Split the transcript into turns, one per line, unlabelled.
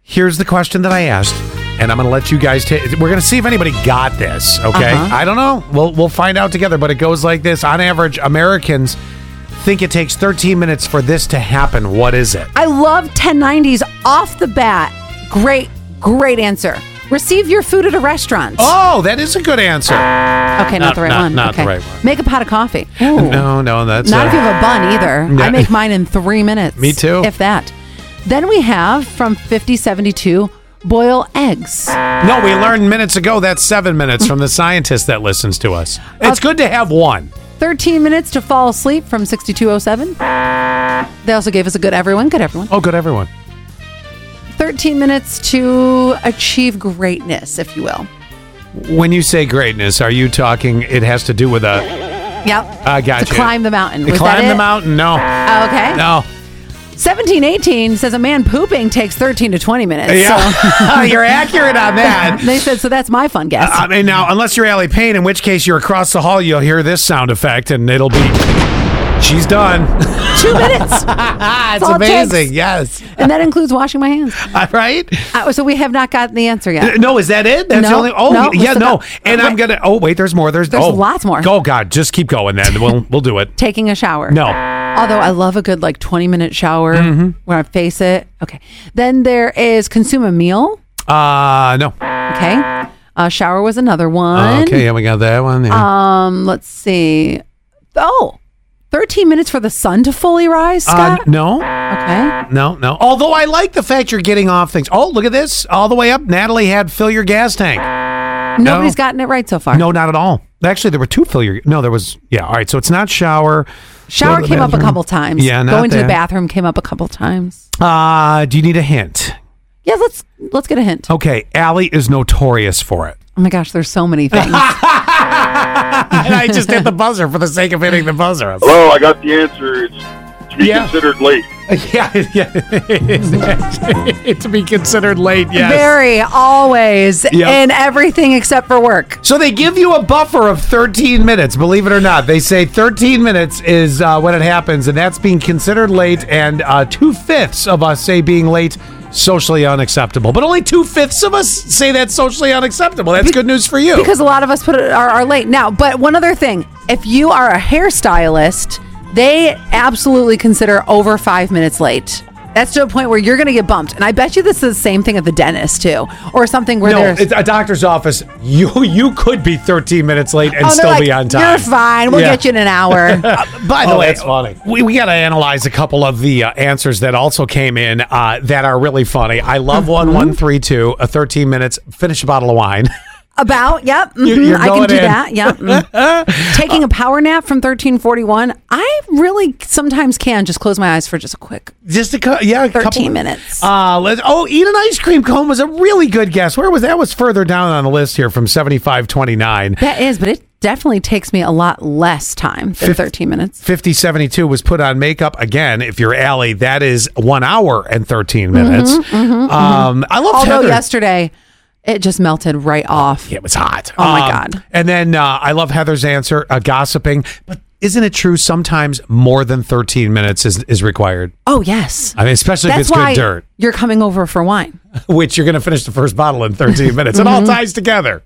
here's the question that I asked, and I'm going to let you guys take. We're going to see if anybody got this. Okay,
Uh-huh.
I don't know. We'll we'll find out together. But it goes like this: On average, Americans think it takes 13 minutes for this to happen. What is it?
I love 1090s off the bat. Great, great answer. Receive your food at a restaurant.
Oh, that is a good answer.
okay, not,
not-
the right
not-
one.
not the
okay.
right one.
Make a pot of coffee.
No, no, that's
Not
a-
if you have a bun either.
Yeah.
I make mine in three minutes.
Me too.
If that. Then we have from 5072 boil eggs.
No, we learned minutes ago that's seven minutes from the scientist that listens to us. It's
Uh,
good to have one.
13 minutes to fall asleep from 6207. They also gave us a good everyone. Good everyone.
Oh, good, everyone.
13 minutes to achieve greatness, if you will.
When you say greatness, are you talking? It has to do with a
Yep.
I got
to
you.
climb the mountain. Was
climb
that
the
it?
mountain? No,
Oh, okay.
no.
1718 says a man pooping takes 13 to 20 minutes.
Yeah, you're accurate on
So
that.
they said, so that's my fun guess.
I mean, now unless you're Allie Payne, in which case you're across the hall, you'll hear this sound effect, and it'll be she's done.
Two minutes.
uh, it's
all it
amazing.
takes.
Yes,
and that includes washing my hands.
All right.
Uh, so we have not gotten the answer yet.
No, is that it? That's the
No,
only. Oh,
no, we
yeah,
still
no.
got-
And I'm
Wait.
gonna. Oh, wait. There's more. There's
There's
oh.
lots more.
Oh God, just keep going. Then we'll we'll do it.
Taking a shower.
No. Mm-hmm.
Although I love a good like 20 minute shower when I face it. Okay. Then there is consume a meal.
Uh no.
Okay. Uh, shower was another one.
Okay, yeah, we got that one. Yeah.
Um, let's see. Oh, 13 minutes for the sun to fully rise,
Uh,
Scott?
no,
okay.
no, no. Although I like the fact you're getting off things. Oh, look at this. All the way up. Natalie had fill your gas tank.
Nobody's gotten it right so far.
No, not at all. Actually, there were two fill your. No, there was. Yeah. All right. So it's not shower.
Shower
Go to the
came up a
bathroom.
couple times.
Yeah, not
Going to
that.
the bathroom came up a couple times.
Uh, do you need a hint?
Yeah, let's let's get a hint. Oh,
Okay, Allie is notorious for it.
my gosh, there's so many things.
and I just hit the buzzer for the sake of hitting the buzzer.
Hello, I got the answer. It's to be
Yeah.
considered late.
yeah, yeah. to be considered late, yes.
Very always
Yep.
in everything except for work.
So they give you a buffer of 13 minutes, believe it or not. They say 13 minutes is uh, when it happens, and that's being considered late, and uh, two fifths of us say being late socially unacceptable. But only two fifths of us say that's socially unacceptable. That's good news for you.
Because a lot of us put it, are, are late now. But one other thing, if you are a hairstylist, they absolutely consider over five minutes late. That's to a point where you're going to get bumped, and I bet you this is the same thing at the dentist too, or something where
no,
there's
it's a doctor's office. You you could be 13 minutes late and
Oh, they're
still
like,
be on time.
You're fine. We'll
Yeah.
get you in an hour.
By the
Oh,
way,
that's funny.
We, we got to analyze a couple of the uh, answers that also came in uh, that are really funny. I love
Mm-hmm.
one one three two. A thirteen minutes. Finish a bottle of wine.
About, yep. mhm,
you're
I can
going
do
in.
that. Yep. mm. Taking a power nap from 1341. I really sometimes can just close my eyes for just a quick.
Just a cou- yeah, a couple
13 minutes.
Uh, let's, oh, eat an ice cream cone was a really good guess. Where was that? Was further down on the list here from seventy five twenty nine.
That is, but it definitely takes me a lot less time than
Fif-
13 minutes.
5072 was put on makeup again. If you're Allie, that is one hour and 13 minutes. um, I love
Mm-hmm, Although
Heather.
yesterday it just melted right off.
It was hot. Um,
Oh, my God.
And then uh, I love Heather's answer, uh, gossiping. But isn't it true sometimes more than 13 minutes is, is required?
Oh, yes.
I mean, especially if
That's
it's
why
good dirt,
you're coming over for wine. Mm-hmm.
which you're going to finish the first bottle in 13 minutes. It all ties together.